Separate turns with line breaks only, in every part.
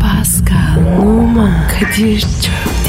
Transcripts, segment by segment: Pascal, Oman, Kadir çok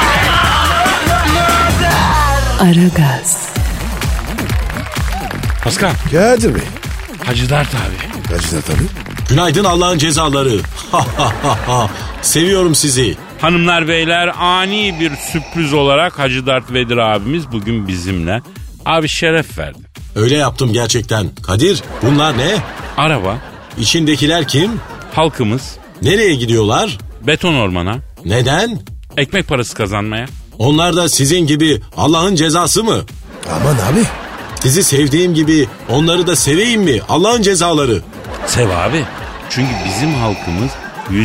Aragaz,
Paskal,
Kadir Bey.
Hacı Dert abi.
Kaçına tabii.
Günaydın Allah'ın cezaları. Ha ha ha ha. Seviyorum sizi.
Hanımlar beyler ani bir sürpriz olarak Hacı Dert Vedir abimiz bugün bizimle. Abi şeref verdi.
Öyle yaptım gerçekten. Kadir bunlar ne?
Araba,
İçindekiler kim?
halkımız,
Nereye gidiyorlar?
beton ormana,
Neden?
ekmek parası kazanmaya.
Onlar da sizin gibi Allah'ın cezası mı?
Aman abi.
Sizi sevdiğim gibi onları da seveyim mi? Allah'ın cezaları.
Sev abi. Çünkü bizim halkımız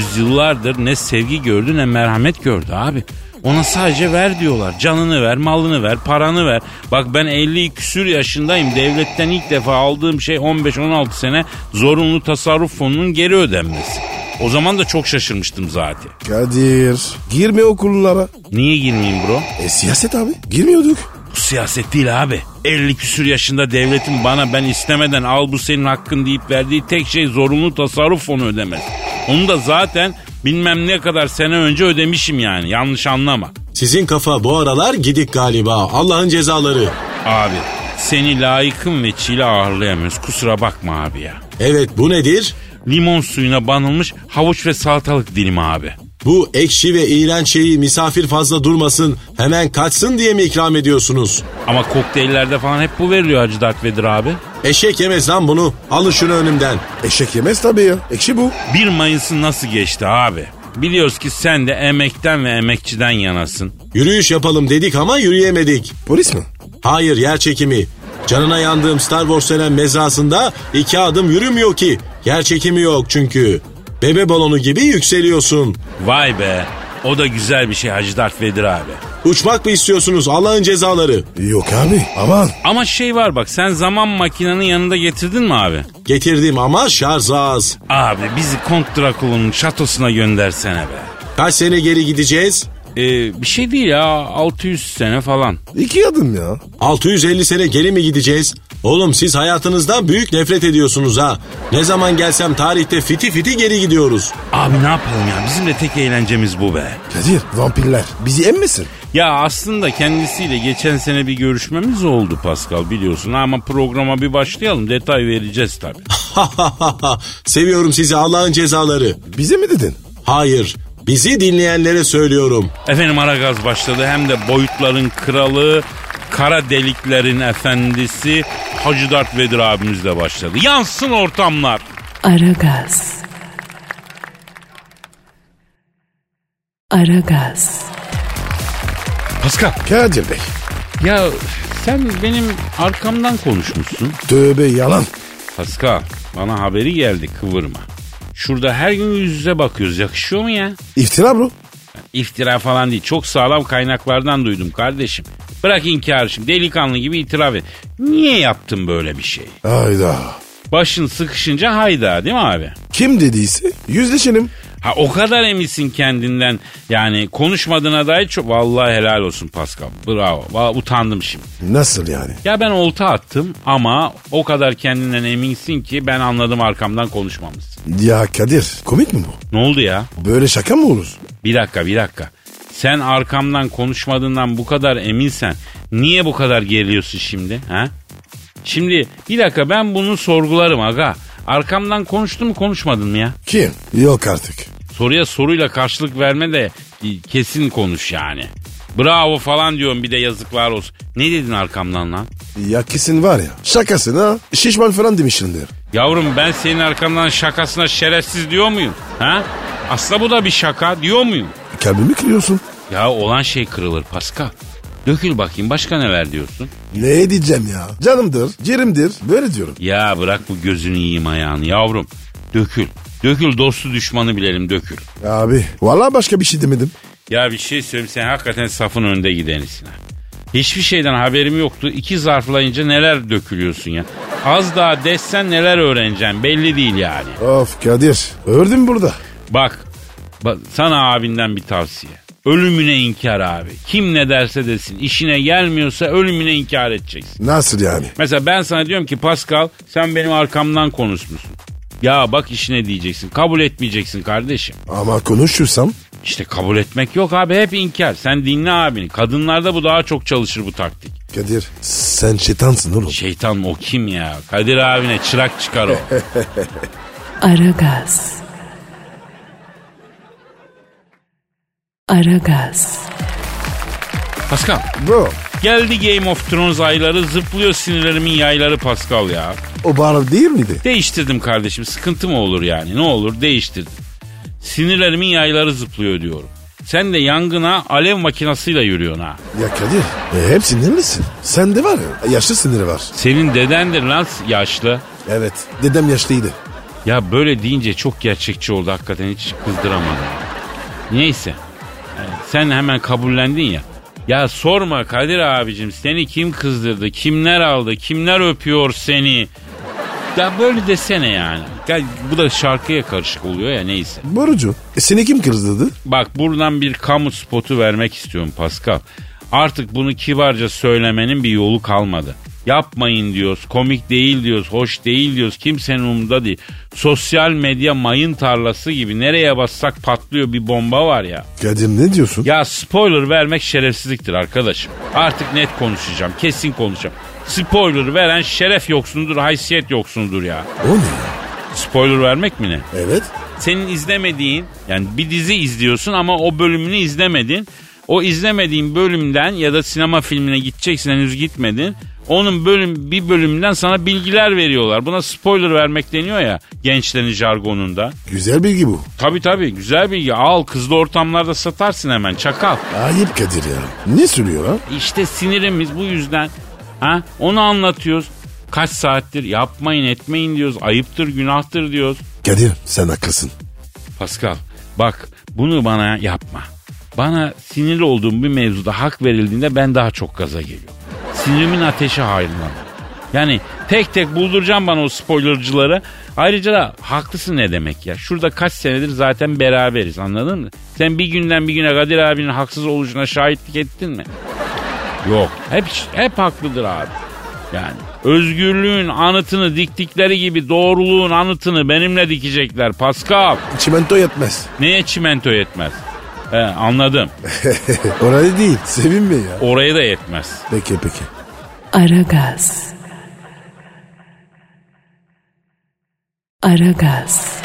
yüzyıllardır ne sevgi gördü ne merhamet gördü abi. Ona sadece ver diyorlar. Canını ver, malını ver, paranı ver. Bak ben 50 küsür yaşındayım. Devletten ilk defa aldığım şey 15-16 sene zorunlu tasarruf fonunun geri ödenmesi. O zaman da çok şaşırmıştım zaten.
Kadir. Girme okullara.
Niye girmeyeyim bro?
E siyaset abi. Girmiyorduk.
Bu siyaset değil abi. 50 küsür yaşında devletin bana ben istemeden al bu senin hakkın deyip verdiği tek şey zorunlu tasarruf fonu ödemez. Onu da zaten bilmem ne kadar sene önce ödemişim yani yanlış anlama.
Sizin kafa bu aralar gidik galiba. Allah'ın cezaları.
Abi seni layıkın ve çile ağırlayamıyoruz kusura bakma abi ya.
Evet bu nedir?
Limon suyuna banılmış havuç ve salatalık dilimi abi.
Bu ekşi ve iğrenç şeyi misafir fazla durmasın hemen kaçsın diye mi ikram ediyorsunuz?
Ama kokteyllerde falan hep bu veriliyor Hacı Dert Vedir abi.
Eşek yemez lan bunu. Alın şunu önümden.
Eşek yemez tabii ya. Ekşi bu.
1 Mayıs'ın nasıl geçti abi? Biliyoruz ki sen de emekten ve emekçiden yanasın.
Yürüyüş yapalım dedik ama yürüyemedik.
Polis mi?
Hayır yer çekimi. Canına yandığım Star Wars denen mezrasında iki adım yürümüyor ki. Yer çekimi yok çünkü. Bebe balonu gibi yükseliyorsun.
Vay be. O da güzel bir şey Hacı Dert Vedir abi.
Uçmak mı istiyorsunuz Allah'ın cezaları?
Yok abi. Aman.
Ama şey var bak sen zaman makinenin yanında getirdin mi abi?
Getirdim ama şarj az.
Abi bizi Kont Drakulu'nun şatosuna göndersene be.
Kaç sene geri gideceğiz?
Ee, bir şey değil ya 600 sene falan.
İki adım ya.
650 sene geri mi gideceğiz? Oğlum siz hayatınızdan büyük nefret ediyorsunuz ha. Ne zaman gelsem tarihte fiti fiti geri gidiyoruz.
Abi ne yapalım ya bizim de tek eğlencemiz bu be.
Kadir. Vampirler. Bizi emmesin.
Ya aslında kendisiyle geçen sene bir görüşmemiz oldu Pascal biliyorsun ama programa bir başlayalım detay vereceğiz tabii.
Seviyorum sizi Allah'ın cezaları.
Bize mi dedin?
Hayır, bizi dinleyenlere söylüyorum.
Efendim Aragaz başladı hem de boyutların kralı, kara deliklerin efendisi Hacı Dert Vedir abimizle başladı. Yansın ortamlar.
Aragaz. Aragaz,
Pascal.
Kadir Bey.
Ya sen benim arkamdan konuşmuşsun.
Tövbe yalan.
Pascal bana haberi geldi kıvırma. Şurada her gün yüz yüze bakıyoruz yakışıyor mu ya?
İftira bro.
İftira falan değil çok sağlam kaynaklardan duydum kardeşim. Bırak inkar şimdi delikanlı gibi itiraf et. Niye yaptın böyle bir şey?
Hayda.
Başın sıkışınca hayda değil mi abi?
Kim dediyse yüzleşelim.
Ha o kadar eminsin kendinden. Yani konuşmadığına dair çok... Vallahi helal olsun Pascal. Bravo. Va- utandım şimdi.
Nasıl yani?
Ya ben olta attım ama o kadar kendinden eminsin ki ben anladım arkamdan konuşmamız.
Ya Kadir komik mi bu?
Ne oldu ya?
Böyle şaka mı olur?
Bir dakika bir dakika. Sen arkamdan konuşmadığından bu kadar eminsen niye bu kadar geriliyorsun şimdi? Ha? Şimdi bir dakika ben bunu sorgularım aga. Arkamdan konuştun mu konuşmadın mı ya?
Kim? Yok artık.
Soruya soruyla karşılık verme de e, kesin konuş yani. Bravo falan diyorum bir de yazıklar olsun. Ne dedin arkamdan lan?
Ya kesin var ya. Şakasın ha. Şişman falan demişsindir.
Yavrum ben senin arkamdan şakasına şerefsiz diyor muyum? Ha? Aslında bu da bir şaka diyor muyum?
Kalbimi kırıyorsun.
Ya olan şey kırılır Paska. Dökül bakayım başka neler diyorsun?
Ne diyeceğim ya? Canımdır, ciğerimdir. Böyle diyorum.
Ya bırak bu gözünü yiyeyim ayağını yavrum. Dökül. Dökül dostu düşmanı bilelim dökül.
Abi. Vallahi başka bir şey demedim.
Ya bir şey söyleyeyim sen hakikaten safın önde gidenisin. ha. Hiçbir şeyden haberim yoktu. İki zarflayınca neler dökülüyorsun ya. Az daha dessen neler öğreneceğim belli değil yani.
Of Kadir. Ördün burada.
Bak, bak sana abinden bir tavsiye. Ölümüne inkar abi. Kim ne derse desin işine gelmiyorsa ölümüne inkar edeceksin.
Nasıl yani?
Mesela ben sana diyorum ki Pascal sen benim arkamdan konuşmuşsun. Ya bak işine diyeceksin. Kabul etmeyeceksin kardeşim.
Ama konuşursam
İşte kabul etmek yok abi hep inkar. Sen dinle abini. Kadınlarda bu daha çok çalışır bu taktik.
Kadir sen şeytansın oğlum.
Şeytan o kim ya? Kadir abine çırak çıkar o.
Aragaz. Aragaz.
Pascal
Bro
geldi Game of Thrones ayları zıplıyor sinirlerimin yayları Pascal ya.
o bağır değil miydi?
Değiştirdim kardeşim sıkıntı mı olur yani ne olur değiştirdim. Sinirlerimin yayları zıplıyor diyorum. Sen de yangına alev makinasıyla yürüyorsun ha.
Ya Kadir e, hep sinirlisin. Sende var ya yaşlı siniri var.
Senin dedendir lan yaşlı.
Evet dedem yaşlıydı.
Ya böyle deyince çok gerçekçi oldu hakikaten hiç kızdıramadım. Neyse. Yani Sen hemen kabullendin ya. Ya sorma Kadir abicim seni kim kızdırdı, kimler aldı, kimler öpüyor seni. Ya böyle desene yani. Ya bu da şarkıya karışık oluyor ya neyse.
Borucu e, seni kim kızdırdı?
Bak buradan bir kamu spotu vermek istiyorum Pascal. Artık bunu kibarca söylemenin bir yolu kalmadı. Yapmayın diyoruz, komik değil diyoruz, hoş değil diyoruz, kimsenin umurunda değil. Sosyal medya mayın tarlası gibi nereye bassak patlıyor bir bomba var ya.
Kadir ne diyorsun?
Ya spoiler vermek şerefsizliktir arkadaşım. Artık net konuşacağım, kesin konuşacağım. Spoiler veren şeref yoksunudur, haysiyet yoksunudur ya.
O ne ya?
Spoiler vermek mi ne?
Evet.
senin izlemediğin yani bir dizi izliyorsun ama o bölümünü izlemedin. O izlemediğin bölümden ya da sinema filmine gideceksin henüz gitmedin. Onun bölüm bir bölümünden sana bilgiler veriyorlar. Buna spoiler vermek deniyor ya gençlerin jargonunda.
Güzel bilgi bu.
Tabi tabi güzel bilgi al kızlı ortamlarda satarsın hemen çakal.
Ayıp Kadir ya. Ne sürüyor ha?
İşte sinirimiz bu yüzden. Ha? Onu anlatıyoruz. Kaç saattir yapmayın etmeyin diyoruz. Ayıptır günahtır diyoruz.
Kadir sen haklısın.
Pascal bak bunu bana yapma. Bana sinirli olduğum bir mevzuda hak verildiğinde ben daha çok gaza geliyorum. Sinirimin ateşi hayrına. Yani tek tek bulduracağım bana o spoilercıları. Ayrıca da haklısın ne demek ya. Şurada kaç senedir zaten beraberiz anladın mı? Sen bir günden bir güne Kadir abinin haksız oluşuna şahitlik ettin mi? Yok. Hep hep haklıdır abi. Yani özgürlüğün anıtını diktikleri gibi doğruluğun anıtını benimle dikecekler Pascal.
Çimento yetmez.
Neye çimento yetmez? He, anladım.
Orayı değil. Sevinme ya.
Oraya da yetmez.
Peki peki.
Aragaz. Aragaz.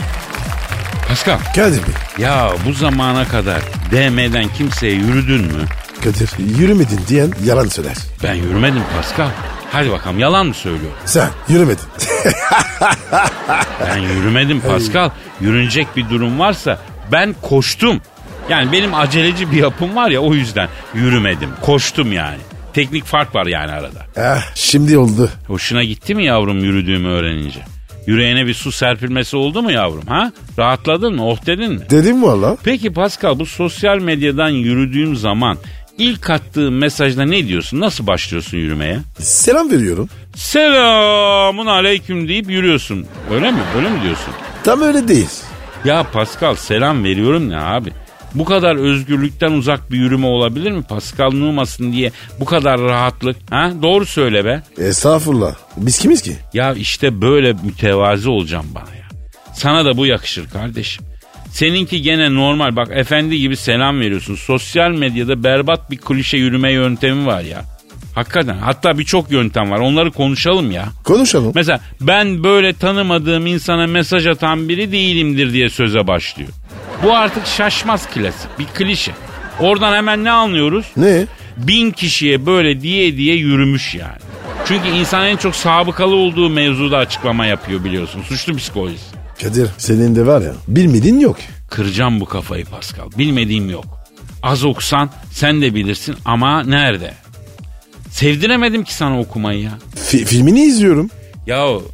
Pascal.
Kadir Bey.
Ya bu zamana kadar DM'den kimseye yürüdün mü?
Kadir yürümedin diyen yalan söyler.
Ben yürümedim Pascal. Hadi bakalım yalan mı söylüyor?
Sen yürümedin.
Ben yürümedim Pascal. Yürünecek bir durum varsa ben koştum. Yani benim aceleci bir yapım var ya o yüzden yürümedim. Koştum yani. Teknik fark var yani arada.
eh, şimdi oldu.
Hoşuna gitti mi yavrum yürüdüğümü öğrenince? Yüreğine bir su serpilmesi oldu mu yavrum ha? Rahatladın mı? Oh dedin mi?
Dedim valla.
Peki Pascal bu sosyal medyadan yürüdüğüm zaman ilk attığın mesajda ne diyorsun? Nasıl başlıyorsun yürümeye?
Selam veriyorum.
Selamun aleyküm deyip yürüyorsun. Öyle mi? Öyle mi diyorsun?
Tam öyle değil.
Ya Pascal selam veriyorum ne abi? Bu kadar özgürlükten uzak bir yürüme olabilir mi? Pascal Numas'ın diye bu kadar rahatlık. Ha? Doğru söyle be.
Estağfurullah. Biz kimiz ki?
Ya işte böyle mütevazi olacağım bana ya. Sana da bu yakışır kardeşim. Seninki gene normal bak efendi gibi selam veriyorsun. Sosyal medyada berbat bir klişe yürüme yöntemi var ya. Hakikaten hatta birçok yöntem var onları konuşalım ya.
Konuşalım.
Mesela ben böyle tanımadığım insana mesaj atan biri değilimdir diye söze başlıyor. Bu artık şaşmaz klasik bir klişe. Oradan hemen ne anlıyoruz?
ne?
bin kişiye böyle diye diye yürümüş yani. Çünkü insan en çok sabıkalı olduğu mevzuda açıklama yapıyor biliyorsun. Suçlu psikolojisi.
Kadir senin de var ya bilmediğin yok.
Kıracağım bu kafayı Pascal. Bilmediğim yok. Az okusan sen de bilirsin ama nerede? Sevdiremedim ki sana okumayı ya.
Fi- filmini izliyorum.
Yahu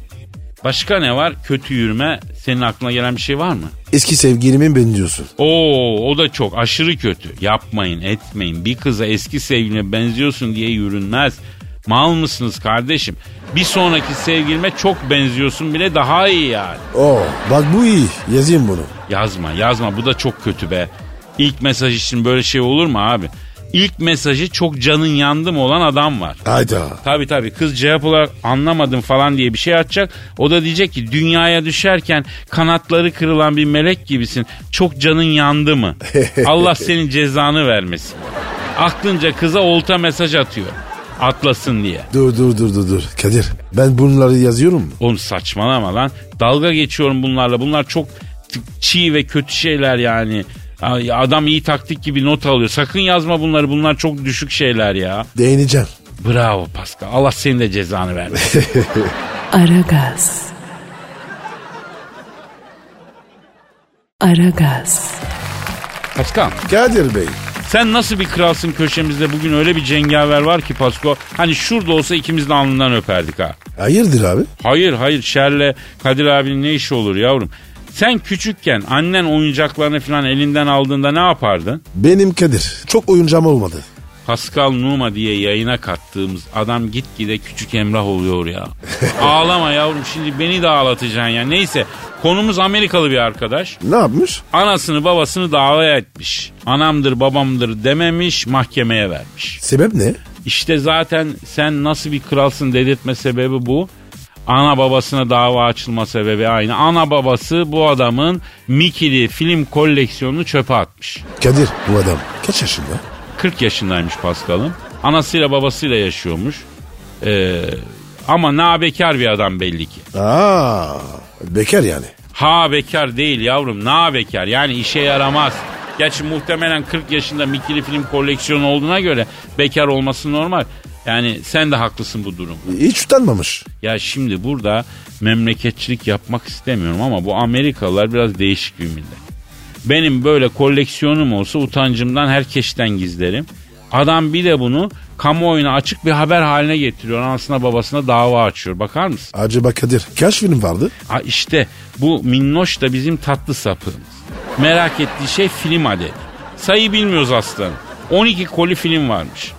başka ne var? Kötü yürüme. Senin aklına gelen bir şey var mı?
eski sevgilimin benziyorsun.
Oo o da çok aşırı kötü. Yapmayın etmeyin. Bir kıza eski sevgiline benziyorsun diye yürünmez. Mal mısınız kardeşim? Bir sonraki sevgilime çok benziyorsun bile daha iyi yani.
Oo Oh, bak bu iyi yazayım bunu.
Yazma yazma bu da çok kötü be. İlk mesaj için böyle şey olur mu abi? İlk mesajı çok canın yandım olan adam var.
Hayda.
Tabi tabi kız cevap olarak anlamadım falan diye bir şey atacak. O da diyecek ki dünyaya düşerken kanatları kırılan bir melek gibisin. Çok canın yandı mı? Allah senin cezanı vermesin. Aklınca kıza olta mesaj atıyor. Atlasın diye.
Dur dur dur dur dur. Kadir ben bunları yazıyorum mu?
Oğlum saçmalama lan. Dalga geçiyorum bunlarla. Bunlar çok t- çiğ ve kötü şeyler yani. Ay, Adam iyi taktik gibi not alıyor. Sakın yazma bunları. Bunlar çok düşük şeyler ya.
Değineceğim.
Bravo Pascal. Allah senin de cezanı vermesin.
Aragaz. Aragaz.
Pascal
Kadir Bey.
sen nasıl bir kralsın köşemizde bugün öyle bir cengaver var ki Pasko. Hani şurada olsa ikimiz de alnından öperdik ha.
Hayırdır abi?
Hayır hayır Şer'le Kadir abinin ne işi olur yavrum. Sen küçükken annen oyuncaklarını falan elinden aldığında ne yapardın?
Benim Kadir. Çok oyuncam olmadı.
Pascal Numa diye yayına kattığımız adam gitgide küçük Emrah oluyor ya. Ağlama yavrum şimdi beni de ağlatacaksın ya. Neyse konumuz Amerikalı bir arkadaş.
Ne yapmış?
Anasını babasını dava etmiş. Anamdır babamdır dememiş mahkemeye vermiş.
Sebep ne?
İşte zaten sen nasıl bir kralsın dedirtme sebebi bu. Ana babasına dava açılma sebebi aynı. Ana babası bu adamın Mickey'li film koleksiyonunu çöpe atmış.
Kadir bu adam kaç yaşında?
40 yaşındaymış Pascal'ın. Anasıyla babasıyla yaşıyormuş. Ee, ama nabekar bir adam belli ki.
Aa, bekar yani.
Ha bekar değil yavrum na bekar yani işe yaramaz. Gerçi muhtemelen 40 yaşında mikili film koleksiyonu olduğuna göre bekar olması normal. Yani sen de haklısın bu durum.
Hiç utanmamış.
Ya şimdi burada memleketçilik yapmak istemiyorum ama bu Amerikalılar biraz değişik bir millet. Benim böyle koleksiyonum olsa utancımdan herkesten gizlerim. Adam bir de bunu kamuoyuna açık bir haber haline getiriyor. Anasına babasına dava açıyor. Bakar mısın?
Acaba Kadir kaç film vardı?
Ha işte bu minnoş da bizim tatlı sapığımız. Merak ettiği şey film adedi. Sayı bilmiyoruz aslanım. 12 koli film varmış.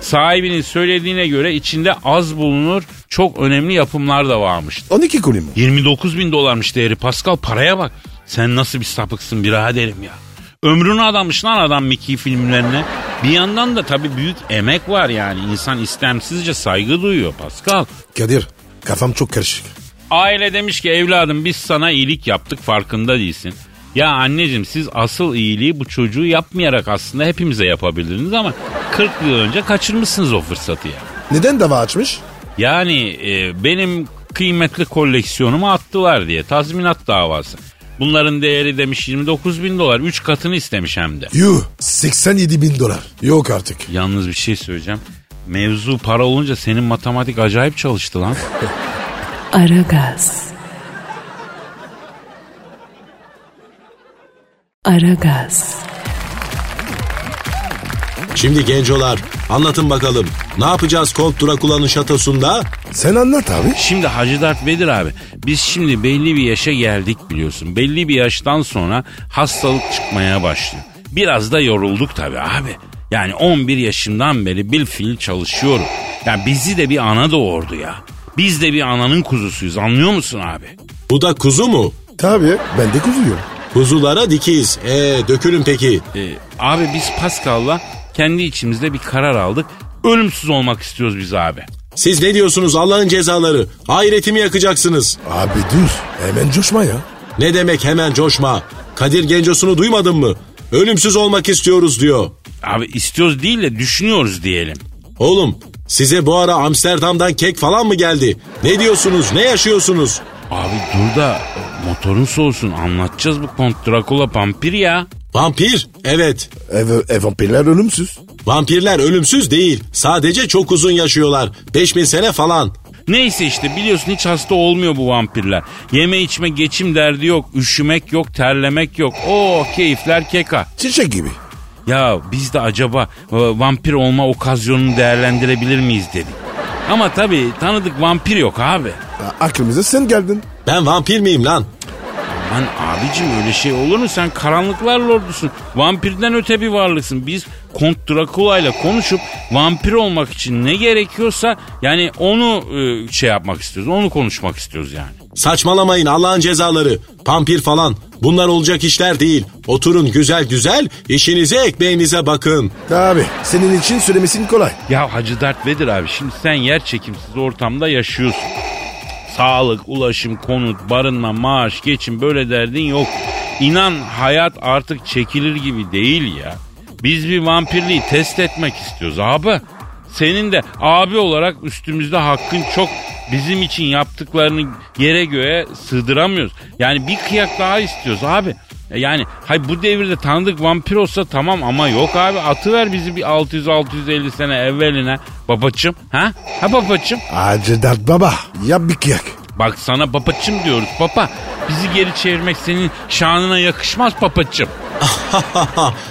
Sahibinin söylediğine göre içinde az bulunur çok önemli yapımlar da varmış.
12 koli mi?
29 bin dolarmış değeri Pascal paraya bak. Sen nasıl bir sapıksın biraderim ya. Ömrünü adamış lan adam Mickey filmlerine. Bir yandan da tabii büyük emek var yani. İnsan istemsizce saygı duyuyor Pascal.
Kadir kafam çok karışık.
Aile demiş ki evladım biz sana iyilik yaptık farkında değilsin. Ya anneciğim siz asıl iyiliği bu çocuğu yapmayarak aslında hepimize yapabilirdiniz ama 40 yıl önce kaçırmışsınız o fırsatı ya.
Neden dava açmış?
Yani e, benim kıymetli koleksiyonumu attılar diye tazminat davası. Bunların değeri demiş 29 bin dolar 3 katını istemiş hem de.
Yuh 87 bin dolar. Yok artık.
Yalnız bir şey söyleyeceğim. Mevzu para olunca senin matematik acayip çalıştı lan.
Aragaz. Aragaz.
Şimdi gencolar anlatın bakalım. Ne yapacağız Kont Drakula'nın şatosunda?
Sen anlat abi.
Şimdi Hacı Dert Vedir abi biz şimdi belli bir yaşa geldik biliyorsun. Belli bir yaştan sonra hastalık çıkmaya başlıyor. Biraz da yorulduk tabii abi. Yani 11 yaşından beri bilfil çalışıyorum. Ya bizi de bir ana doğurdu ya. Biz de bir ananın kuzusuyuz anlıyor musun abi?
Bu da kuzu mu?
Tabii ben de kuzuyorum.
Kuzulara dikiz. Ee dökülün peki.
Ee, abi biz Pascal'la kendi içimizde bir karar aldık. Ölümsüz olmak istiyoruz biz abi.
Siz ne diyorsunuz Allah'ın cezaları? Ahiretimi yakacaksınız.
Abi dur hemen coşma ya.
Ne demek hemen coşma? Kadir Gencosunu duymadın mı? Ölümsüz olmak istiyoruz diyor.
Abi istiyoruz değil de düşünüyoruz diyelim.
Oğlum size bu ara Amsterdam'dan kek falan mı geldi? Ne diyorsunuz? Ne yaşıyorsunuz?
Abi dur da motorun soğusun anlatacağız bu Kont Drakula Pampir ya.
Vampir? Evet.
Ev, ev vampirler ölümsüz.
Vampirler ölümsüz değil. Sadece çok uzun yaşıyorlar. 5000 sene falan.
Neyse işte biliyorsun hiç hasta olmuyor bu vampirler. Yeme içme geçim derdi yok, üşümek yok, terlemek yok. Oo keyifler keka.
Çiçek gibi.
Ya biz de acaba e, vampir olma okazyonunu değerlendirebilir miyiz dedik. Ama tabii tanıdık vampir yok abi.
A- Aklımıza sen geldin.
Ben vampir miyim lan?
Aman abicim öyle şey olur mu? Sen karanlıklar lordusun. Vampirden öte bir varlıksın. Biz Kont Drakula ile konuşup vampir olmak için ne gerekiyorsa yani onu e, şey yapmak istiyoruz. Onu konuşmak istiyoruz yani.
Saçmalamayın Allah'ın cezaları. Pampir falan. Bunlar olacak işler değil. Oturun güzel güzel işinize ekmeğinize bakın.
Abi senin için söylemesin kolay.
Ya Hacı Dert Vedir abi şimdi sen yer çekimsiz ortamda yaşıyorsun. Sağlık, ulaşım, konut, barınma, maaş, geçim böyle derdin yok. İnan hayat artık çekilir gibi değil ya. Biz bir vampirliği test etmek istiyoruz abi. Senin de abi olarak üstümüzde hakkın çok. Bizim için yaptıklarını yere göğe sığdıramıyoruz. Yani bir kıyak daha istiyoruz abi. E Yani hay bu devirde tanıdık vampir olsa tamam ama yok abi atıver bizi bir 600-650 sene evveline babacım. Ha? Ha babacım?
Hacı Dert Baba yap bir kıyak.
Bak sana papacım diyoruz papa. Bizi geri çevirmek senin şanına yakışmaz papacım.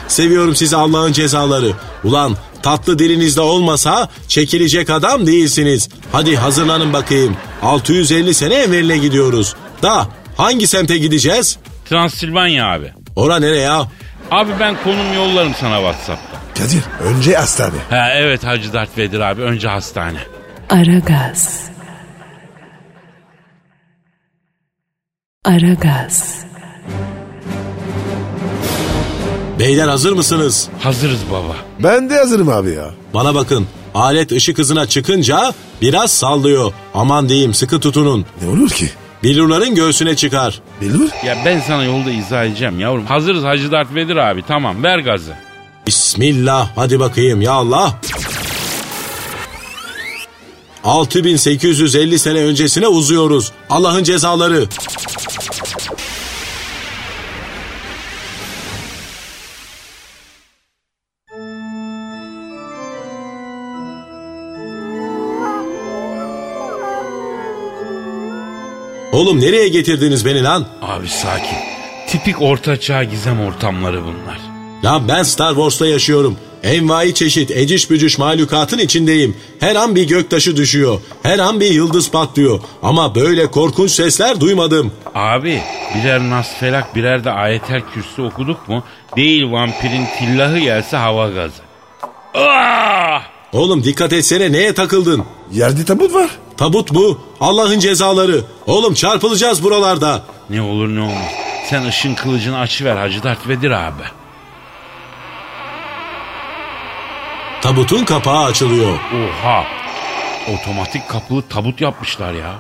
Seviyorum sizi Allah'ın cezaları. Ulan tatlı dilinizde olmasa çekilecek adam değilsiniz. Hadi hazırlanın bakayım. 650 sene evveline gidiyoruz. Da hangi semte gideceğiz?
Transilvanya abi.
Ora nereye ya?
Abi ben konum yollarım sana Whatsapp'ta.
Kadir önce hastane.
Ha evet Hacı Dert Vedir abi önce hastane.
Aragaz. Aragaz.
Beyler hazır mısınız?
Hazırız baba.
Ben de hazırım abi ya.
Bana bakın. Alet ışık hızına çıkınca biraz sallıyor. Aman diyeyim sıkı tutunun.
Ne olur ki?
Billurların göğsüne çıkar.
Bilir.
Ya ben sana yolda izah edeceğim yavrum. Hazırız Hacı Dert Vedir abi tamam ver gazı.
Bismillah hadi bakayım ya Allah. 6850 sene öncesine uzuyoruz. Allah'ın cezaları. Oğlum nereye getirdiniz beni lan?
Abi sakin. Tipik ortaçağ gizem ortamları bunlar.
Ya ben Star Wars'ta yaşıyorum. Envai çeşit eciş bücüş mahlukatın içindeyim. Her an bir göktaşı düşüyor. Her an bir yıldız patlıyor. Ama böyle korkunç sesler duymadım.
Abi birer nas felak birer de ayetel kürsü okuduk mu değil vampirin tillahı gelse hava gazı. Ah!
Oğlum dikkat etsene neye takıldın?
Yerde tabut var.
Tabut bu. Allah'ın cezaları. Oğlum çarpılacağız buralarda.
Ne olur ne olmaz. Sen ışın kılıcını açıver Hacı Dert Vedir abi.
Tabutun kapağı açılıyor.
Oha. Otomatik kapılı tabut yapmışlar ya.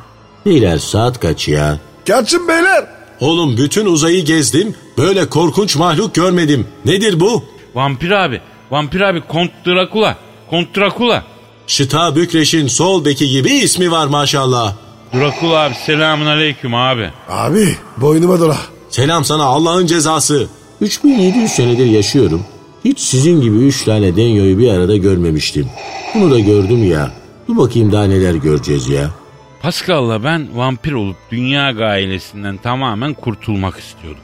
Bilal saat kaç ya?
Kaçın beyler.
Oğlum bütün uzayı gezdim. Böyle korkunç mahluk görmedim. Nedir bu?
Vampir abi. Vampir abi Kont Drakula. Kont Drakula.
Şıta Bükreş'in sol beki gibi ismi var maşallah.
Drakula abi selamun aleyküm abi.
Abi boynuma dola.
Selam sana Allah'ın cezası.
3700 senedir yaşıyorum. Hiç sizin gibi 3 tane denyoyu bir arada görmemiştim. Bunu da gördüm ya. Dur bakayım daha neler göreceğiz ya.
Pascal'la ben vampir olup dünya gailesinden tamamen kurtulmak istiyordum.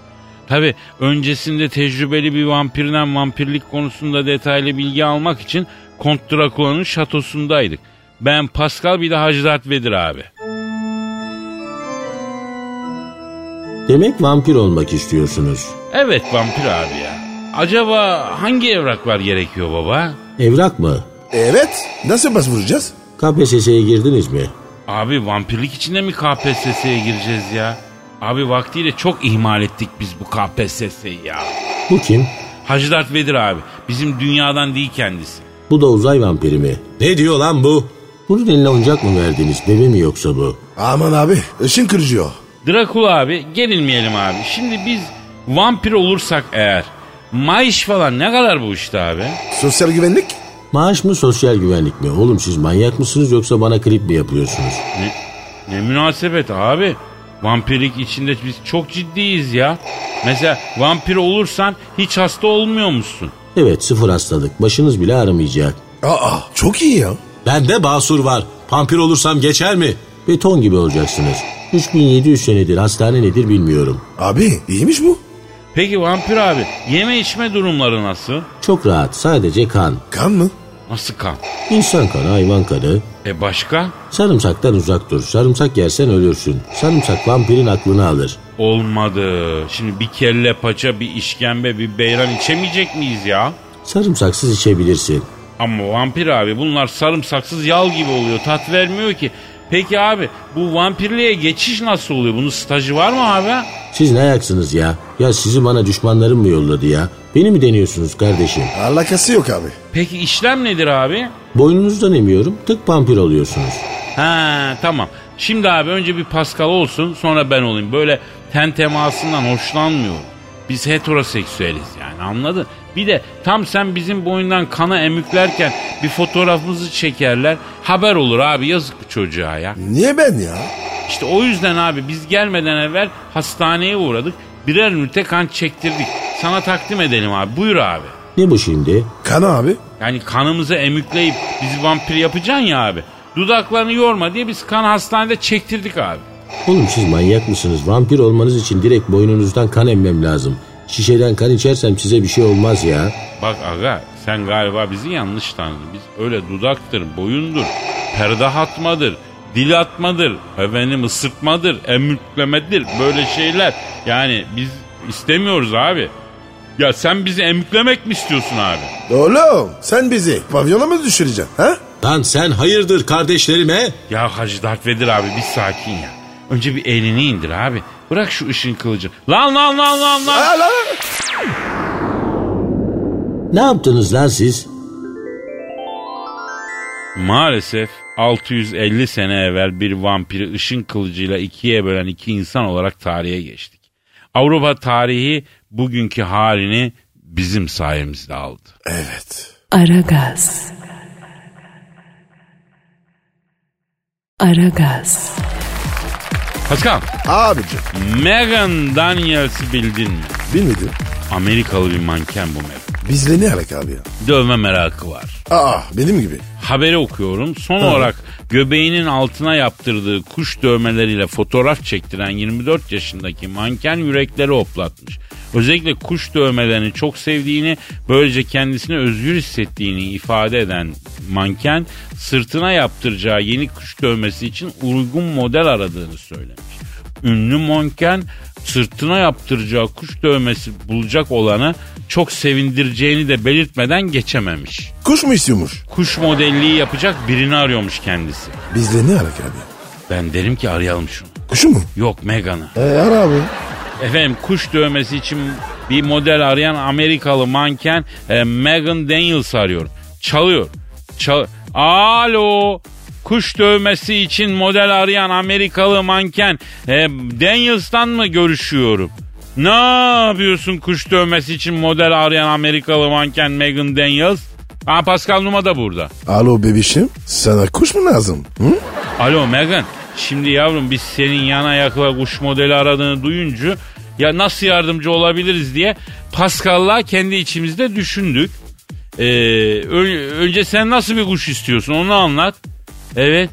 Tabi öncesinde tecrübeli bir vampirden vampirlik konusunda detaylı bilgi almak için Kont Drakula'nın şatosundaydık. Ben Pascal bir de Hacı Dert Vedir abi.
Demek vampir olmak istiyorsunuz.
Evet vampir abi ya. Acaba hangi evraklar gerekiyor baba?
Evrak mı?
Evet. Nasıl bas vuracağız?
KPSS'ye girdiniz mi?
Abi vampirlik içinde mi KPSS'ye gireceğiz ya? Abi vaktiyle çok ihmal ettik biz bu KPSS'yi ya.
Bu kim?
Hacı Dert Vedir abi. Bizim dünyadan değil kendisi.
Bu da uzay vampiri mi?
Ne diyor lan bu?
Bunun eline oyuncak mı verdiniz? Bebe mi yoksa bu?
Aman abi ışın kırıcı o.
Drakula abi gerilmeyelim abi. Şimdi biz vampir olursak eğer Mayış falan ne kadar bu işte abi?
Sosyal güvenlik.
Maaş mı sosyal güvenlik mi? Oğlum siz manyak mısınız yoksa bana klip mi yapıyorsunuz?
Ne, ne münasebet abi. Vampirlik içinde biz çok ciddiyiz ya. Mesela vampir olursan hiç hasta olmuyor musun?
Evet sıfır hastalık. Başınız bile ağrımayacak.
Aa çok iyi ya.
Bende basur var. Vampir olursam geçer mi?
Beton gibi olacaksınız. 3700 senedir hastane nedir bilmiyorum.
Abi iyiymiş bu.
Peki vampir abi yeme içme durumları nasıl?
Çok rahat sadece kan.
Kan mı?
Nasıl kan?
İnsan kanı, hayvan kanı.
E başka?
Sarımsaktan uzak dur. Sarımsak yersen ölürsün. Sarımsak vampirin aklını alır.
Olmadı. Şimdi bir kelle paça, bir işkembe, bir beyran içemeyecek miyiz ya?
Sarımsaksız içebilirsin.
Ama vampir abi bunlar sarımsaksız yal gibi oluyor. Tat vermiyor ki. Peki abi bu vampirliğe geçiş nasıl oluyor? Bunun stajı var mı abi?
Siz ne ayaksınız ya? Ya sizi bana düşmanlarım mı yolladı ya? Beni mi deniyorsunuz kardeşim?
Alakası yok abi.
Peki işlem nedir abi?
Boynunuzdan emiyorum tık vampir oluyorsunuz.
Ha tamam. Şimdi abi önce bir Pascal olsun sonra ben olayım. Böyle ten temasından hoşlanmıyorum. Biz heteroseksüeliz yani anladın? Bir de tam sen bizim boyundan kana emüklerken bir fotoğrafımızı çekerler. Haber olur abi yazık bu çocuğa ya.
Niye ben ya?
İşte o yüzden abi biz gelmeden evvel hastaneye uğradık. Birer ünite kan çektirdik. Sana takdim edelim abi buyur abi.
Ne bu şimdi?
Kana abi.
Yani kanımızı emükleyip bizi vampir yapacaksın ya abi. Dudaklarını yorma diye biz kan hastanede çektirdik abi.
Oğlum siz manyak mısınız? Vampir olmanız için direkt boynunuzdan kan emmem lazım. Şişeden kan içersem size bir şey olmaz ya.
Bak aga sen galiba bizi yanlış tanıdın. Biz öyle dudaktır, boyundur, perde atmadır, dil atmadır, efendim ısırtmadır, emüklemedir böyle şeyler. Yani biz istemiyoruz abi. Ya sen bizi emüklemek mi istiyorsun abi?
Oğlum sen bizi pavyona mı düşüreceksin? Ha?
Lan sen hayırdır kardeşlerime?
Ya Hacı Dert Vedir abi bir sakin ya. Önce bir elini indir abi. Bırak şu ışın kılıcı. Lan lan lan lan lan.
Ala!
Ne yaptınız lan siz?
Maalesef 650 sene evvel bir vampiri ışın kılıcıyla ikiye bölen iki insan olarak tarihe geçtik. Avrupa tarihi bugünkü halini bizim sayemizde aldı.
Evet.
Aragaz. Aragaz.
Pascal,
Abicim
Megan Daniels'ı bildin mi?
bilmedin.
Amerikalı bir manken bu Megan.
Bizle ne alaka abi ya?
Dövme merakı var.
Aa benim gibi.
Haberi okuyorum. Son olarak göbeğinin altına yaptırdığı kuş dövmeleriyle fotoğraf çektiren 24 yaşındaki manken yürekleri hoplatmış. Özellikle kuş dövmelerini çok sevdiğini, böylece kendisini özgür hissettiğini ifade eden manken sırtına yaptıracağı yeni kuş dövmesi için uygun model aradığını söylemiş ünlü manken sırtına yaptıracağı kuş dövmesi bulacak olanı çok sevindireceğini de belirtmeden geçememiş.
Kuş mu istiyormuş?
Kuş modelliği yapacak birini arıyormuş kendisi.
Bizle ne alaka abi?
Ben derim ki arayalım şunu.
Kuşu mu?
Yok Megan'ı.
Ee, ara abi.
Efendim kuş dövmesi için bir model arayan Amerikalı manken e, Megan Daniels arıyorum. Çalıyor. Çal Alo. Kuş dövmesi için model arayan Amerikalı manken e, Daniels'tan mı görüşüyorum? Ne yapıyorsun kuş dövmesi için model arayan Amerikalı manken Megan Daniels? Ha Pascal Numa da burada.
Alo bebişim sana kuş mu lazım? Hı?
Alo Megan. Şimdi yavrum biz senin yana yakla kuş modeli aradığını duyunca ya nasıl yardımcı olabiliriz diye Pascal'la kendi içimizde düşündük. Ee, ö- önce sen nasıl bir kuş istiyorsun onu anlat. Evet.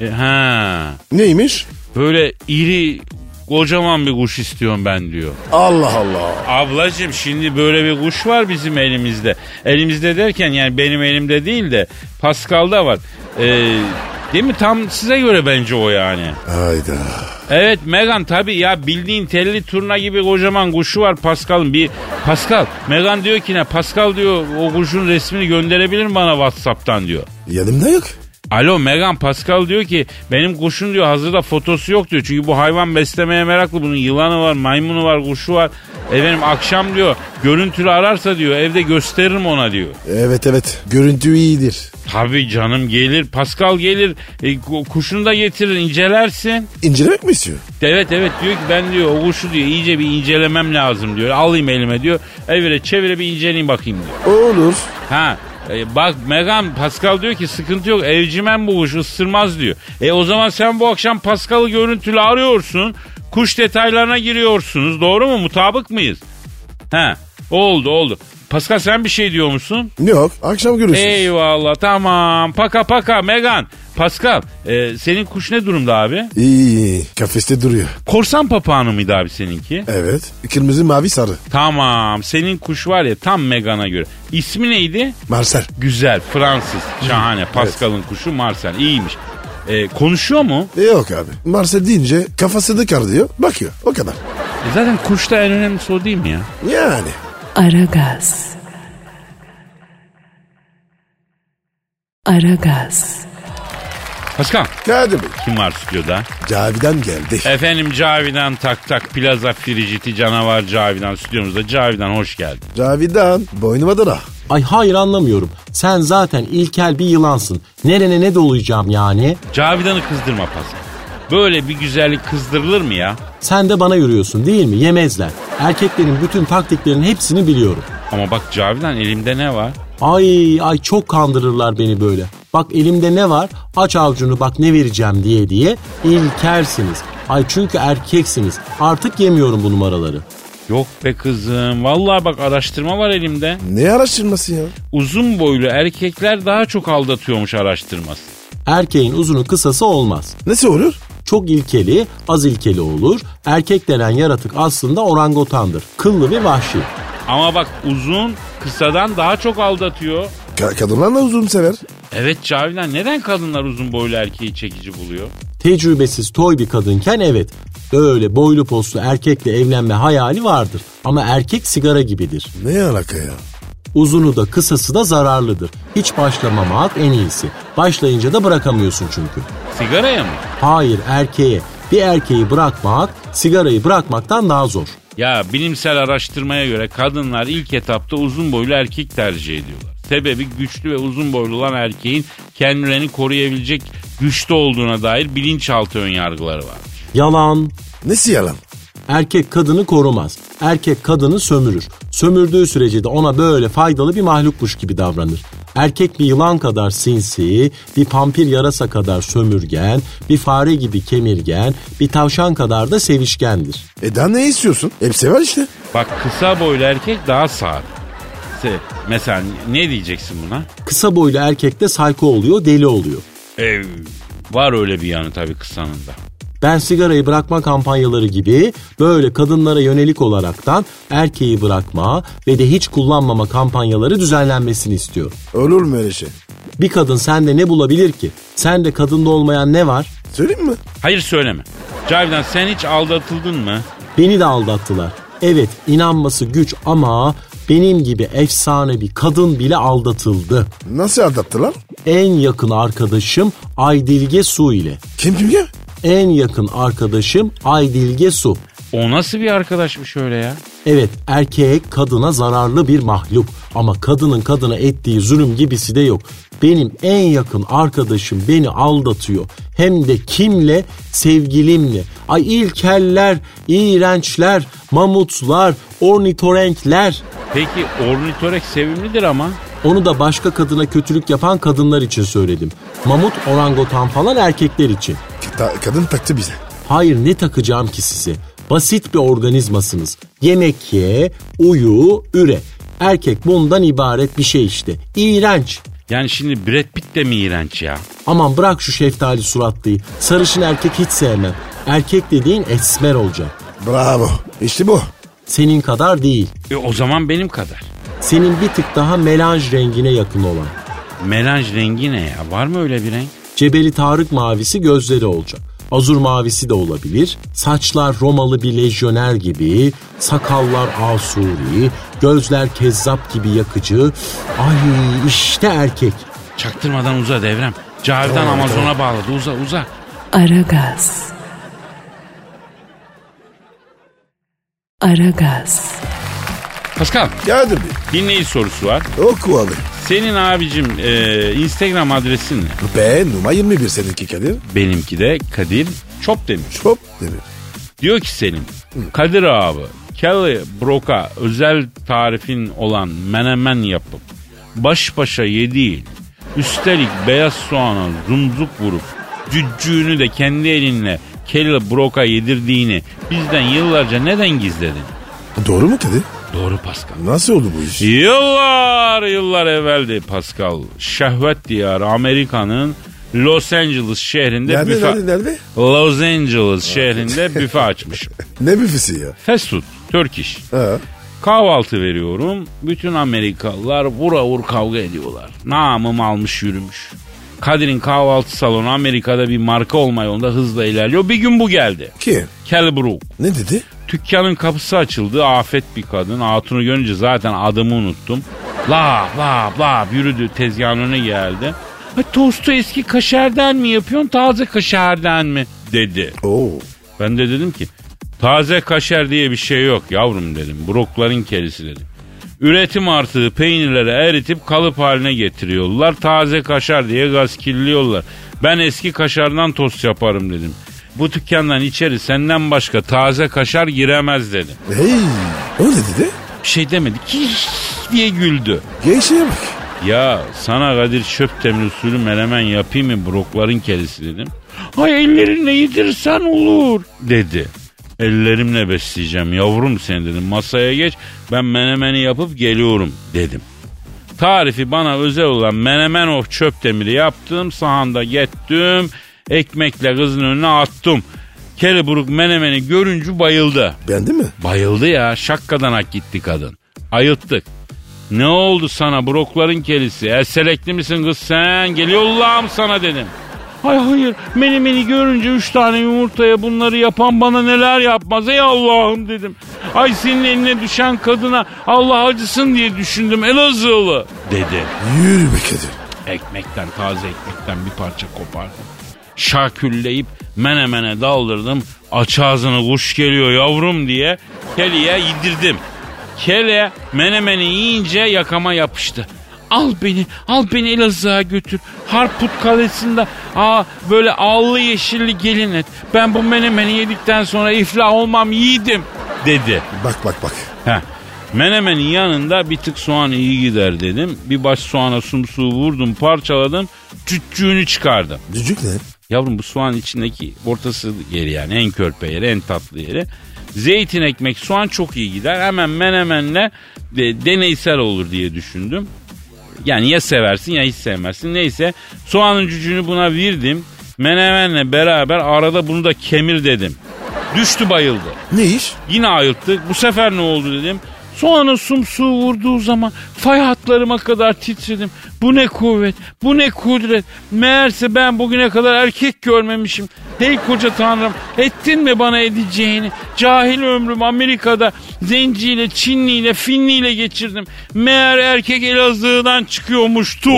E, ha.
Neymiş?
Böyle iri kocaman bir kuş istiyorum ben diyor.
Allah Allah.
Ablacım şimdi böyle bir kuş var bizim elimizde. Elimizde derken yani benim elimde değil de Pascal'da var. Ee, değil mi? Tam size göre bence o yani.
Hayda.
Evet Megan tabii ya bildiğin telli turna gibi kocaman kuşu var Pascal'ın. Bir Pascal. Megan diyor ki ne? Pascal diyor o kuşun resmini gönderebilir mi bana WhatsApp'tan diyor.
Yanımda yok.
Alo Megan Pascal diyor ki benim kuşun diyor hazırda fotosu yok diyor. Çünkü bu hayvan beslemeye meraklı. Bunun yılanı var, maymunu var, kuşu var. Efendim akşam diyor görüntülü ararsa diyor evde gösteririm ona diyor.
Evet evet görüntü iyidir.
Tabii canım gelir Pascal gelir E, ku- kuşunu da getirir incelersin.
İncelemek mi istiyor?
Evet evet diyor ki ben diyor o kuşu diyor iyice bir incelemem lazım diyor. Alayım elime diyor. Evire çevire bir inceleyeyim bakayım diyor.
Olur.
Ha e, bak Megan Pascal diyor ki sıkıntı yok evcimen bu kuş ısırmaz diyor. E o zaman sen bu akşam Pascal'ı görüntülü arıyorsun. Kuş detaylarına giriyorsunuz doğru mu mutabık mıyız? Ha oldu oldu. Pascal sen bir şey diyor musun?
Yok akşam görüşürüz.
Eyvallah tamam paka paka Megan. Pascal e, senin kuş ne durumda abi?
İyi iyi, iyi. Kafeste duruyor.
Korsan papağanı mıydı abi seninki?
Evet. Kırmızı mavi sarı.
Tamam senin kuş var ya tam Megan'a göre. İsmi neydi?
Marcel.
Güzel, Fransız, şahane. Pascal'ın kuşu Marcel. iyiymiş. E, konuşuyor mu?
E, Yok abi. Marcel deyince kafasını kardıyor. Bakıyor. O kadar.
E, zaten kuşta en önemli soru değil mi ya?
Yani.
Aragaz. Aragaz.
Paskal
Kadir Bey.
kim var stüdyoda?
Cavidan geldi.
Efendim Cavidan Tak Tak Plaza Frijiti Canavar Cavidan stüdyomuzda. Cavidan hoş geldin.
Cavidan. Boynuma da da.
Ay hayır anlamıyorum. Sen zaten ilkel bir yılansın. Nerene ne dolayacağım yani?
Cavidan'ı kızdırma Paskal. Böyle bir güzellik kızdırılır mı ya?
Sen de bana yürüyorsun değil mi? Yemezler. Erkeklerin bütün taktiklerinin hepsini biliyorum.
Ama bak Cavidan elimde ne var?
Ay ay çok kandırırlar beni böyle. Bak elimde ne var? Aç avcunu bak ne vereceğim diye diye ilkersiniz. Ay çünkü erkeksiniz. Artık yemiyorum bu numaraları.
Yok be kızım. Vallahi bak araştırma var elimde.
Ne araştırması ya?
Uzun boylu erkekler daha çok aldatıyormuş araştırması.
Erkeğin uzunu kısası olmaz.
Nasıl olur?
Çok ilkeli, az ilkeli olur. Erkek denen yaratık aslında orangotandır. Kıllı ve vahşi.
Ama bak uzun kısadan daha çok aldatıyor.
Ka- kadınlar da uzun sever.
Evet Cavidan neden kadınlar uzun boylu erkeği çekici buluyor?
Tecrübesiz toy bir kadınken evet. Böyle boylu poslu erkekle evlenme hayali vardır. Ama erkek sigara gibidir.
Ne alaka ya?
Uzunu da kısası da zararlıdır. Hiç başlamamak en iyisi. Başlayınca da bırakamıyorsun çünkü.
Sigaraya mı?
Hayır erkeğe. Bir erkeği bırakmak sigarayı bırakmaktan daha zor.
Ya bilimsel araştırmaya göre kadınlar ilk etapta uzun boylu erkek tercih ediyorlar. Sebebi güçlü ve uzun boylu olan erkeğin kendilerini koruyabilecek güçte olduğuna dair bilinçaltı önyargıları var.
Yalan.
Nesi yalan?
Erkek kadını korumaz. Erkek kadını sömürür. Sömürdüğü sürece de ona böyle faydalı bir mahlukmuş gibi davranır. Erkek bir yılan kadar sinsi, bir pampir yarasa kadar sömürgen, bir fare gibi kemirgen, bir tavşan kadar da sevişkendir.
E daha ne istiyorsun? Hep sever işte.
Bak kısa boylu erkek daha sağır. Se- Mesela ne diyeceksin buna?
Kısa boylu erkekte sayko oluyor, deli oluyor.
Ev. Var öyle bir yanı tabii kısanın da.
Ben sigarayı bırakma kampanyaları gibi böyle kadınlara yönelik olaraktan erkeği bırakma ve de hiç kullanmama kampanyaları düzenlenmesini istiyorum.
Olur mu öyle şey?
Bir kadın sende ne bulabilir ki? Sende kadında olmayan ne var?
Söyleyeyim mi?
Hayır söyleme. Cavidan sen hiç aldatıldın mı?
Beni de aldattılar. Evet inanması güç ama benim gibi efsane bir kadın bile aldatıldı.
Nasıl aldattılar?
En yakın arkadaşım Aydilge Su ile.
Kim kim kim?
En yakın arkadaşım Aydilge Su.
O nasıl bir arkadaşmış öyle ya?
Evet erkek kadına zararlı bir mahluk ama kadının kadına ettiği zulüm gibisi de yok. Benim en yakın arkadaşım beni aldatıyor. Hem de kimle? Sevgilimle. Ay ilkeller, iğrençler, mamutlar, ornitorenkler.
Peki ornitorek sevimlidir ama.
Onu da başka kadına kötülük yapan kadınlar için söyledim. Mamut, orangutan falan erkekler için.
Ta- kadın taktı bize.
Hayır ne takacağım ki size? Basit bir organizmasınız. Yemek ye, uyu, üre. Erkek bundan ibaret bir şey işte. İğrenç.
Yani şimdi Brad Pitt de mi iğrenç ya?
Aman bırak şu şeftali suratlıyı. Sarışın erkek hiç sevmem. Erkek dediğin esmer olacak.
Bravo. İşte bu.
Senin kadar değil.
E o zaman benim kadar.
Senin bir tık daha melanj rengine yakın olan.
Melanj rengi ne ya? Var mı öyle bir renk?
Cebeli Tarık mavisi gözleri olacak. Azur mavisi de olabilir. Saçlar Romalı bir lejyoner gibi, sakallar Asuri, gözler kezzap gibi yakıcı. Ay işte erkek.
Çaktırmadan uza devrem. Cavidan Amazon'a bağladı. Uza uza.
Aragaz. Aragaz.
Pascal
Kadir Bey.
dinleyici sorusu var.
Oku abi.
Senin abicim e, Instagram adresin ne?
Ben numara 21 seninki Kadir.
Benimki de Kadir Çop demiş.
Hop demir.
Diyor ki Selim, Kadir abi, Kelly Brock'a özel tarifin olan menemen yapıp baş başa yediği, üstelik beyaz soğana zumzuk vurup cüccüğünü de kendi elinle Kelly Brock'a yedirdiğini bizden yıllarca neden gizledin?
Doğru mu Kadir?
Doğru Pascal.
Nasıl oldu bu iş?
Yıllar yıllar evveldi Pascal. Şehvet diyarı Amerika'nın Los Angeles şehrinde
Nerede
büfe...
nerede nerede?
Los Angeles şehrinde büfe açmışım.
Ne büfesi ya?
Fast food, Turkish.
Ha.
Kahvaltı veriyorum. Bütün Amerikalılar vura vur kavga ediyorlar. Namım almış yürümüş. Kadir'in kahvaltı salonu Amerika'da bir marka olma yolunda hızla ilerliyor. Bir gün bu geldi.
Kim?
Kel Brook.
Ne dedi?
Dükkanın kapısı açıldı. Afet bir kadın. Hatunu görünce zaten adımı unuttum. La la la yürüdü tezgahın önüne geldi. Ha, tostu eski kaşerden mi yapıyorsun taze kaşerden mi dedi.
Oo.
Ben de dedim ki taze kaşer diye bir şey yok yavrum dedim. Brokların kerisi dedim. Üretim artığı peynirleri eritip kalıp haline getiriyorlar. Taze kaşar diye gaskilliyorlar. Ben eski kaşardan tost yaparım dedim. Bu dükkandan içeri senden başka taze kaşar giremez dedim.
Hey. O ne dedi?
Bir şey demedi. Kih diye güldü.
Gençliğe bak.
Ya sana Kadir çöp temel usulü menemen yapayım mı brokların kerisi dedim. Ay ellerinle yedirsen olur dedi. Ellerimle besleyeceğim yavrum seni dedim. Masaya geç ben menemeni yapıp geliyorum dedim. Tarifi bana özel olan menemen of çöp demiri yaptım. Sahanda gettim. Ekmekle kızın önüne attım. Keleburuk menemeni görünce bayıldı.
Beğendin mi?
Bayıldı ya şakkadan hak gitti kadın. Ayılttık. Ne oldu sana brokların kelisi? Eselekli misin kız sen? Geliyorlar mı sana dedim. Ay hayır menemeni görünce üç tane yumurtaya bunları yapan bana neler yapmaz ey Allah'ım dedim. Ay senin eline düşen kadına Allah acısın diye düşündüm Elazığlı dedi.
Yürü be Kadir.
Ekmekten taze ekmekten bir parça kopardım. Şakülleyip menemene daldırdım. Aç ağzını kuş geliyor yavrum diye keliye yedirdim. Kele menemeni yiyince yakama yapıştı. Al beni, al beni Elazığ'a götür. Harput Kalesi'nde aa, böyle allı yeşilli gelin et. Ben bu menemeni yedikten sonra iflah olmam yiğidim dedi.
Bak bak bak.
Heh. Menemenin yanında bir tık soğan iyi gider dedim. Bir baş soğana sumsuğu vurdum parçaladım. Cüccüğünü çıkardım.
Cücük ne?
Yavrum bu soğan içindeki ortası yeri yani en körpe yeri en tatlı yeri. Zeytin ekmek soğan çok iyi gider. Hemen menemenle de, deneysel olur diye düşündüm. Yani ya seversin ya hiç sevmezsin. Neyse soğanın cücüğünü buna verdim. Menemenle beraber arada bunu da kemir dedim. Düştü bayıldı.
Ne iş?
Yine ayılttık. Bu sefer ne oldu dedim. Soğanın sumsuğu vurduğu zaman fay hatlarıma kadar titredim. Bu ne kuvvet, bu ne kudret. Meğerse ben bugüne kadar erkek görmemişim. Hey koca tanrım ettin mi bana edeceğini? Cahil ömrüm Amerika'da zenciyle, Çinliyle, Finliyle geçirdim. Meğer erkek Elazığ'dan çıkıyormuştu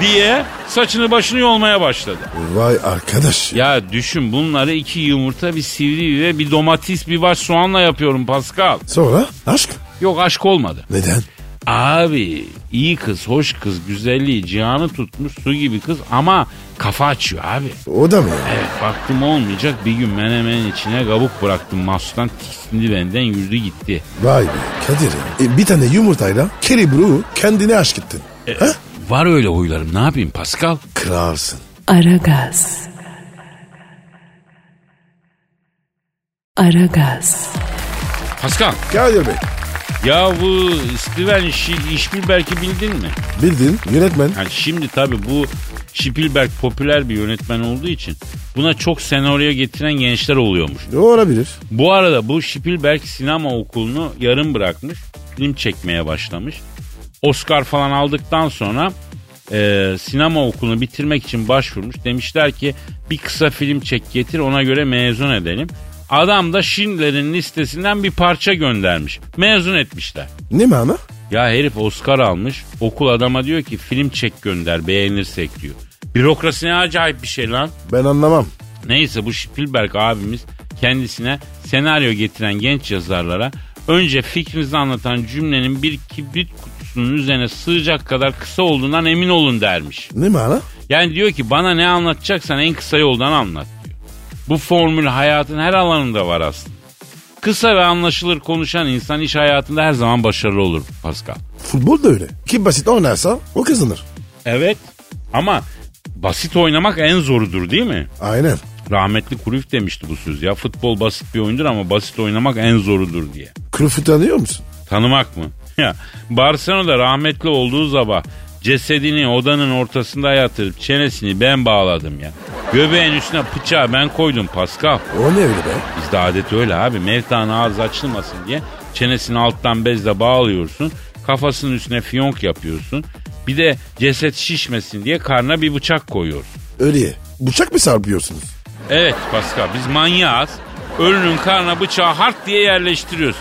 diye saçını başını yolmaya başladı.
Vay arkadaş.
Ya düşün bunları iki yumurta, bir sivri ve bir domates, bir baş soğanla yapıyorum Pascal.
Sonra aşk.
Yok aşk olmadı.
Neden?
Abi iyi kız, hoş kız, güzelliği, cihanı tutmuş su gibi kız ama kafa açıyor abi.
O da mı ya?
Evet baktım olmayacak bir gün menemenin içine kabuk bıraktım. Mahsustan tiksindi benden yürüdü gitti.
Vay be Kadir ya. E, bir tane yumurtayla Kerry Brew'u kendine aşk ettin. Ha?
Var öyle huylarım ne yapayım Pascal?
Kırarsın.
Aragaz. Aragaz.
Pascal
Kadir Bey.
ya bu Steven Şi- Spielberg'i bildin mi?
Bildin yönetmen.
Yani şimdi tabii bu Spielberg popüler bir yönetmen olduğu için buna çok senaryo getiren gençler oluyormuş.
O olabilir.
Bu arada bu Spielberg sinema okulunu yarım bırakmış. Film çekmeye başlamış. Oscar falan aldıktan sonra e, sinema okulunu bitirmek için başvurmuş. Demişler ki bir kısa film çek getir ona göre mezun edelim. Adam da Schindler'in listesinden bir parça göndermiş. Mezun etmişler.
Ne mana?
Ya herif Oscar almış. Okul adama diyor ki film çek gönder beğenirsek diyor. Bürokrasi ne acayip bir şey lan.
Ben anlamam.
Neyse bu Spielberg abimiz kendisine senaryo getiren genç yazarlara önce fikrinizi anlatan cümlenin bir kibrit kutusunun üzerine sığacak kadar kısa olduğundan emin olun dermiş.
Ne mana?
Yani diyor ki bana ne anlatacaksan en kısa yoldan anlat diyor. Bu formül hayatın her alanında var aslında. Kısa ve anlaşılır konuşan insan iş hayatında her zaman başarılı olur Pascal.
Futbol da öyle. Kim basit oynarsa o kazanır.
Evet ama basit oynamak en zorudur değil mi?
Aynen.
Rahmetli Cruyff demişti bu söz ya. Futbol basit bir oyundur ama basit oynamak en zorudur diye.
Cruyff'u tanıyor musun?
Tanımak mı? Ya Barcelona'da rahmetli olduğu zaman cesedini odanın ortasında yatırıp çenesini ben bağladım ya. Göbeğin üstüne bıçağı ben koydum Pascal.
O ne öyle be?
Bizde adet öyle abi. Mevtanın ağzı açılmasın diye çenesini alttan bezle bağlıyorsun. Kafasının üstüne fiyonk yapıyorsun. Bir de ceset şişmesin diye karnına bir bıçak koyuyoruz.
Öyle ye. Bıçak mı sarpıyorsunuz?
Evet Pascal biz manyağız. Ölünün karnına bıçağı hart diye yerleştiriyoruz.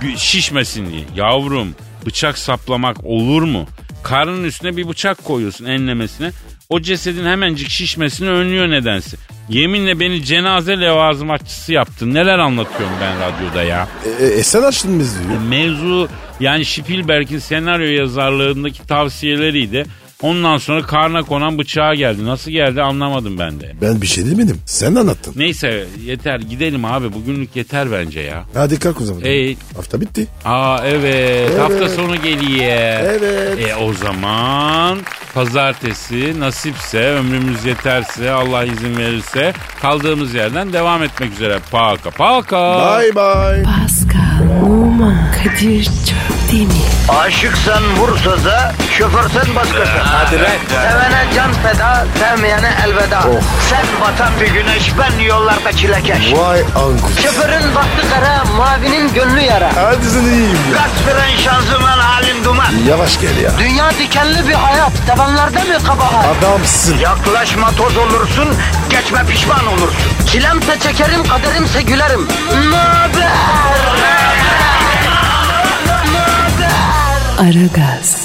Gü- Şişmesin diye. Yavrum bıçak saplamak olur mu? Karnın üstüne bir bıçak koyuyorsun enlemesine. O cesedin hemencik şişmesini önlüyor nedense. Yeminle beni cenaze levazımatçısı yaptın. Neler anlatıyorum ben radyoda ya.
E, e, e, sen açtın bizi.
Mevzu yani Spielberg'in senaryo yazarlığındaki tavsiyeleriydi. Ondan sonra karna konan bıçağa geldi. Nasıl geldi anlamadım ben de.
Ben bir şey demedim. Sen anlattın.
Neyse yeter gidelim abi bugünlük yeter bence ya.
Hadi kalk o zaman.
Ey.
Hafta bitti.
Aa evet, hafta sonu geliyor.
Evet.
E o zaman pazartesi nasipse ömrümüz yeterse Allah izin verirse kaldığımız yerden devam etmek üzere. Paka paka.
Bye bye.
Pascal, Oman, Kadir çok değil mi?
Aşıksan vursa da, şoförsen başkasın. Hadi Sevene can feda, sevmeyene elveda. Sen batan bir güneş, ben yollarda çilekeş.
Vay anku.
Şoförün baktı kara, mavinin gönlü yara.
Hadi sen iyiyim ya.
Kasperen şanzıman halin duman.
Yavaş gel ya.
Dünya dikenli bir hayat, sevenlerde mi kabahar?
Adamsın.
Yaklaşma toz olursun, geçme pişman olursun. Çilemse çekerim, kaderimse gülerim. Möber!
Aragaz.